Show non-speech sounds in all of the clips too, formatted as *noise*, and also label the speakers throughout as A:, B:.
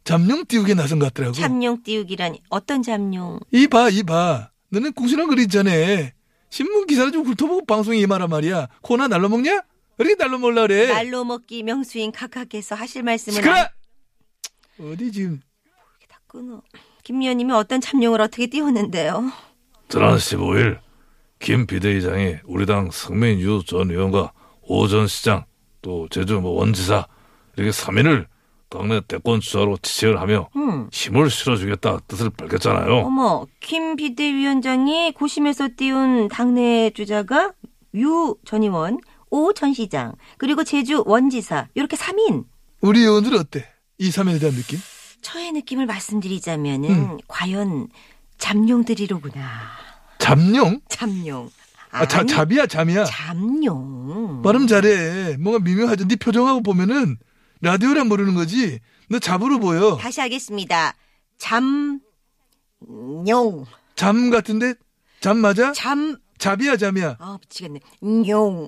A: 잠룡 띄우기에 나선 것 같더라고.
B: 잠룡 띄우기라니 어떤 잠룡?
A: 이봐 이봐. 너는 궁시렁 거리기 전에 신문 기사를 좀 훑어보고 방송에 임하란 말이야. 코나 날로 먹냐? 그렇게 날로 먹라 그래.
B: 날로 먹기 명수인 각하께서 하실 말씀을
A: 네. 시끄러.
B: 안-
A: 어디 지금
B: 다 끊어. 김 의원님이 어떤 잠룡을 어떻게 띄웠는데요?
C: 지난 15일 김 비대위장이 우리 당 성민유 전 의원과 오전 시장 또 제주 뭐 원지사 이렇게 3인을 당내 대권 주자로 지지를 하며
B: 음.
C: 힘을 실어주겠다 뜻을 밝혔잖아요.
B: 어머, 김 비대위원장이 고심에서 띄운 당내 주자가 유 전 의원, 오 전 시장, 그리고 제주 원지사 이렇게 3인.
A: 우리 의원들 어때? 이 3인에 대한 느낌?
B: 저의 느낌을 말씀드리자면은
A: 음.
B: 과연 잠룡들이로구나.
A: 잠룡?
B: 잠룡.
A: 아, 자,
B: 아니,
A: 잡이야 잠이야.
B: 잠룡.
A: 발음 잘해. 뭔가 미묘하죠. 네 표정하고 보면은 라디오란 모르는 거지. 너 잡으로 보여.
B: 다시 하겠습니다. 잠룡.
A: 잠 같은데? 잠 맞아?
B: 잠.
A: 잡이야 잠이야.
B: 아 미치겠네. 룡.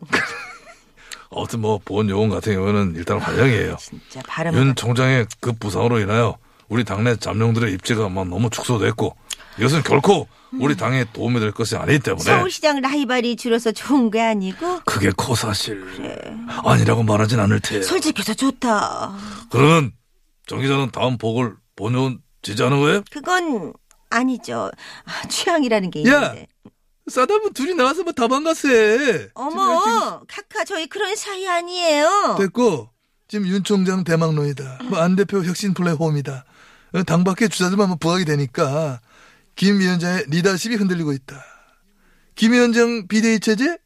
C: 아무튼 뭐 본 요원 같은 경우는 일단 환영이에요.
B: 진짜 발음.
C: 윤 총장의 그 부상으로 인하여 우리 당내 잠룡들의 입지가 막 너무 축소됐고 이것은 결코 우리 당에 도움이 될 것이 아니기 때문에
B: 서울시장 라이벌이 줄어서 좋은 게 아니고
C: 그게 코사실 아니라고 말하진 않을 테요.
B: 솔직해서 좋다.
C: 그러면 정 기자는 다음 복을 본연 지지하는 거예요?
B: 그건 아니죠. 아, 취향이라는
C: 예.
B: 게
A: 야!
B: 있는데.
A: 싸다면 둘이 나와서 뭐 다방가서 해. 지금
B: 어머, 카카 저희 그런 사이 아니에요.
A: 지금
C: 네.
A: 됐고 지금 윤 총장 대망론이다. 뭐 안 대표 혁신 플랫폼이다. 어, 당 밖의 주자들만 뭐 부각이 되니까 김 위원장의 리더십이 흔들리고 있다. 김 위원장 비대위 체제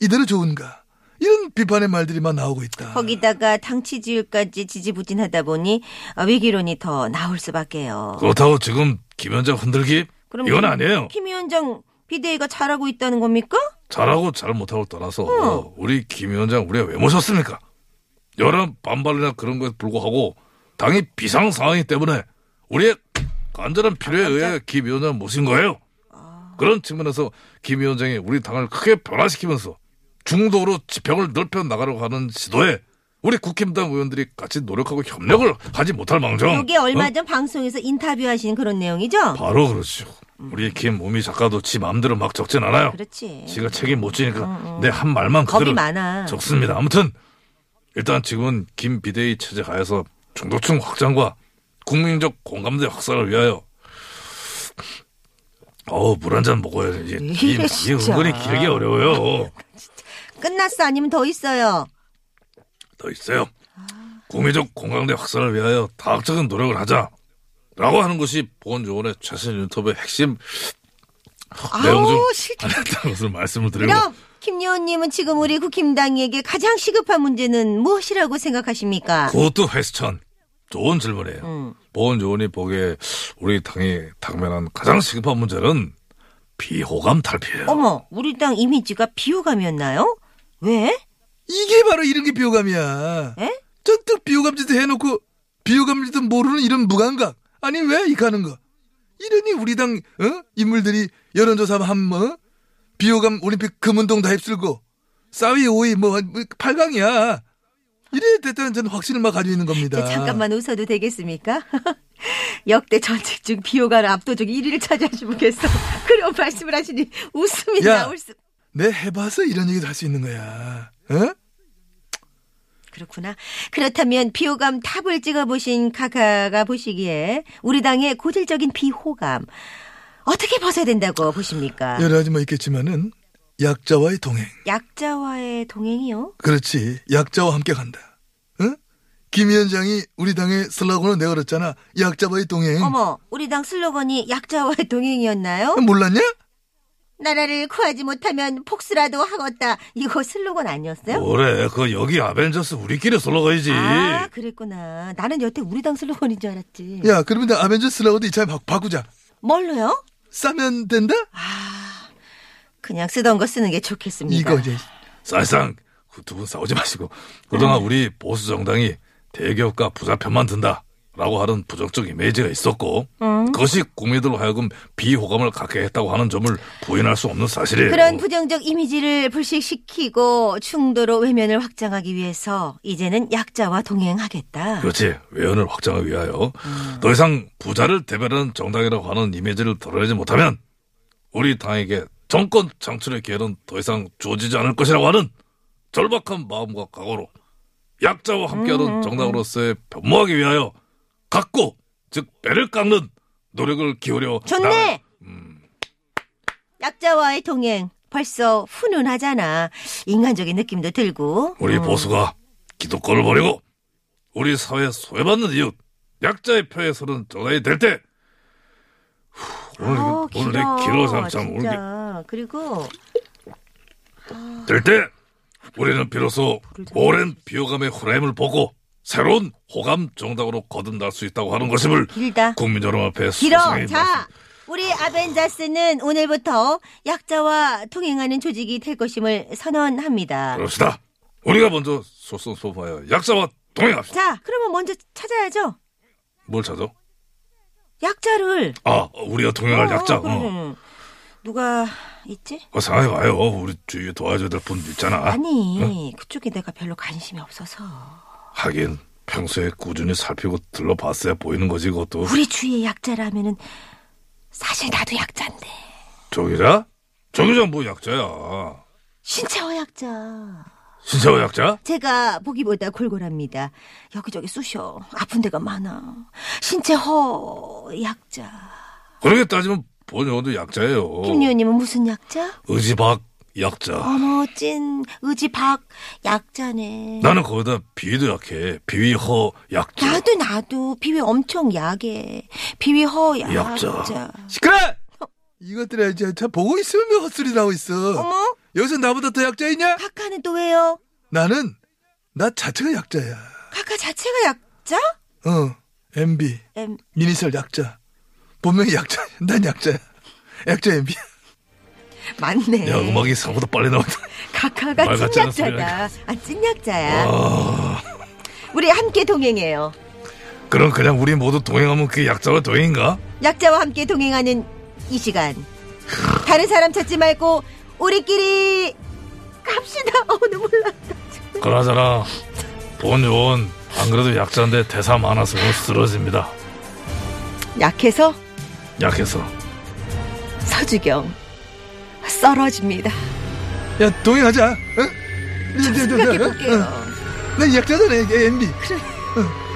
A: 이대로 좋은가? 이런 비판의 말들이 막 나오고 있다.
B: 거기다가 당 지지율까지 지지부진하다 보니 아, 위기론이 더 나올 수밖에요.
C: 그렇다고 지금 김현장 흔들기?
B: 그럼 뭐
C: 이건
B: 김-
C: 아니에요.
B: 김 위원장 비대위가 잘하고 있다는 겁니까?
C: 잘하고 잘 못하고 떠나서
B: 어.
C: 우리 김 위원장 우리가 왜 모셨습니까? 여러 반발이나 그런 것에 불구하고 당이 비상 상황이기 때문에 우리의 간절한 필요에 의해 김 위원장 모신 거예요.
B: 아.
C: 그런 측면에서 김 위원장이 우리 당을 크게 변화시키면서 중도로 지평을 넓혀 나가려고 하는 시도에 우리 국힘당 의원들이 같이 노력하고 협력을 하지 못할 망정.
B: 이게 얼마
C: 어?
B: 전 방송에서 인터뷰하신 그런 내용이죠?
C: 바로 그렇죠. 우리 김우미 작가도 지 마음대로 막 적진 않아요.
B: 그렇지. 어,
C: 지가 책임 못 지니까 내 한 말만
B: 겁이
C: 그대로
B: 많아.
C: 적습니다. 아무튼 일단 지금은 김 비대위 체제 하에서 중도층 확장과 국민적 공감대 확산을 위하여 어우 물 한 잔 먹어야 지
B: 왜
C: 이,
B: 이래,
C: 이
B: 진짜.
C: 은근히 길기 어려워요.
B: 끝났어 아니면 더 있어요.
C: 더 있어요. 국민적 공감대 확산을 위하여 다각적인 노력을 하자. 라고 하는 것이 보건 요원의 최신 인터뷰의 핵심 내용 중
B: 아우 싫다.
C: 하나였다는 것을 말씀을 드리고
B: 그럼 김여원님은 지금 우리 국힘당에게 가장 시급한 문제는 무엇이라고 생각하십니까?
C: 그것도 회수천 좋은 질문이에요.
B: 음.
C: 보건 요원이 보기에 우리 당이 당면한 가장 시급한 문제는 비호감 탈피예요.
B: 어머, 우리 당 이미지가 비호감이었나요? 왜?
A: 이게 바로 이런 게 비호감이야.
B: 에?
A: 전뜩 비호감짓을 해놓고 비호감짓을 모르는 이런 무감각. 아니 왜 이가는 거? 이러니 우리 당 뭐, 어? 인물들이 여론조사 한번 비호감 올림픽 금운동 다 휩쓸고 싸위 오위뭐 8강이야. 이래 됐다는 저는 확신을 막 가지고 있는 겁니다.
B: 네, 잠깐만 웃어도 되겠습니까? *laughs* 역대 전직 중 비호가를 압도적 1위를 차지하신 분께서 *laughs* 그런 말씀을 하시니 웃음이
A: 야.
B: 나올 수.
A: 내 해봐서 이런 얘기도 할 수 있는 거야. 어? 응?
B: 그렇구나. 그렇다면 비호감 탑을 찍어보신 카카가 보시기에 우리 당의 고질적인 비호감 어떻게 벗어야 된다고 보십니까?
A: 여러 가지 뭐 있겠지만은 약자와의 동행.
B: 약자와의 동행이요?
A: 그렇지. 약자와 함께 간다. 응? 김 위원장이 우리 당의 슬로건을 내걸었잖아. 약자와의 동행.
B: 어머, 우리 당 슬로건이 약자와의 동행이었나요?
A: 아, 몰랐냐?
B: 나라를 구하지 못하면 복수라도 하겠다. 이거 슬로건 아니었어요?
C: 뭐래 그 여기 아벤져스 우리끼리 솔로가야지
A: 예.
B: 아, 그랬구나. 나는 여태 우리 당 슬로건인 줄 알았지.
A: 야, 그러면 나 아벤져스라고도 이참에 바, 바꾸자.
B: 뭘로요?
A: 싸면 된다?
B: 아, 그냥 쓰던 거 쓰는 게 좋겠습니다.
A: 이거 이제
C: 사실상 그 두 분 싸우지 마시고 그동안
B: 네.
C: 우리 보수 정당이 대기업과 부자 편만 든다라고 하는 부정적 이미지가 있었고
B: 어.
C: 그것이 국민들로 하여금 비호감을 갖게 했다고 하는 점을 부인할 수 없는 사실이에요.
B: 그런 부정적 이미지를 불식시키고 충도로 외면을 확장하기 위해서 이제는 약자와 동행하겠다.
C: 그렇지 외연을 확장하기 위하여 더 이상 부자를 대변하는 정당이라고 하는 이미지를 드러내지 못하면 우리 당에게 정권 창출의 기회는 더 이상 주어지지 않을 것이라고 하는 절박한 마음과 각오로 약자와 함께하는
B: 음,
C: 정당으로서의 변모하기 위하여 각고 즉 배를 깎는 노력을 기울여
B: 좋네.
C: 나갈- 음.
B: 약자와의 동행 벌써 훈훈하잖아. 인간적인 느낌도 들고. 음.
C: 우리 보수가 기득권을 버리고 우리 사회 소외받는 이웃 약자의 표에 서는 정당이 될 때 오늘
B: 아우,
C: 이거- 오늘 이 길어서 참 오늘 이-
B: 어, 진짜. 그리고
C: 될 때 우리는 비로소 오랜 비호감의 후라임을 보고 새로운 호감 정당으로 거듭날 수 있다고 하는 것임을
B: 길다.
C: 국민 여러분 앞에 소상히
B: 길어.
C: 말씀-
B: 자, 우리 아벤자스는 오늘부터 약자와 동행하는 조직이 될 것임을 선언합니다.
C: 그럽시다. 우리가 먼저 솔선소포하여 약자와 동행합시다.
B: 자, 그러면 먼저 찾아야죠.
C: 뭘 찾아?
B: 약자를.
C: 아, 우리가 동행할
B: 어,
C: 약자.
B: 어, 그래,
C: 어.
B: 그래. 누가 있지?
C: 어, 생각해봐요. 우리 주위에 도와줘야 될 분 있잖아.
B: 아니, 그쪽에 내가 별로 관심이 없어서.
C: 하긴 평소에 꾸준히 살피고 들러봤어야 보이는 거지 그것도.
B: 우리 주위에 약자라면은 사실 나도 약자인데.
C: 저기라? 저기자 뭐 약자야.
B: 신체와 약자.
C: 신세호 약자?
B: 제가 보기보다 골골합니다. 여기저기 쑤셔. 아픈 데가 많아. 신체 허 약자. 그렇게
C: 따지면 본여도 약자예요.
B: 김 의원님은 무슨 약자?
C: 의지박 약자.
B: 어머 찐 의지 박 약자네.
C: 나는 거기다 비위도 약해. 비위허 약자.
B: 나도 나도 비위 엄청 약해. 비위 허 약자.
C: 약자.
A: 시끄러! 이것들이 이제 참 보고 있으면 왜 헛소리를 하고 있어.
B: 어머
A: 여기서 나보다 더 약자이냐?
B: 카카는 또 왜요?
A: 나는 나 자체가 약자야.
B: 카카 자체가 약자?
A: 어, MB
B: 엠.
A: 미니셜 약자. 본명이 약자. *laughs* 난 약자야. 약자 MB.
B: 맞네.
C: 야 음악이 생각보다 빨리 나온다. *laughs*
B: 카카가
C: 말 같지 아. 않은
B: 찐약자다. 아 찐약자야. 우리 함께 동행해요.
C: 그럼 그냥 우리 모두 동행하면 그게 약자와 동행인가?
B: 약자와 함께 동행하는 이 시간. 다른 사람 찾지 말고 우리끼리 갑시다. *laughs* 어 눈물 난다.
C: 그러잖아. 본 요원 안 그래도 약자인데 대사 많아서 쓰러집니다.
B: 약해서
C: 약해서.
B: 서주경 썰어집니다.
A: 야, 동행하자. 응? 네,
B: 생각해 볼게요.
A: 난 약자잖아, MB.
B: 그래.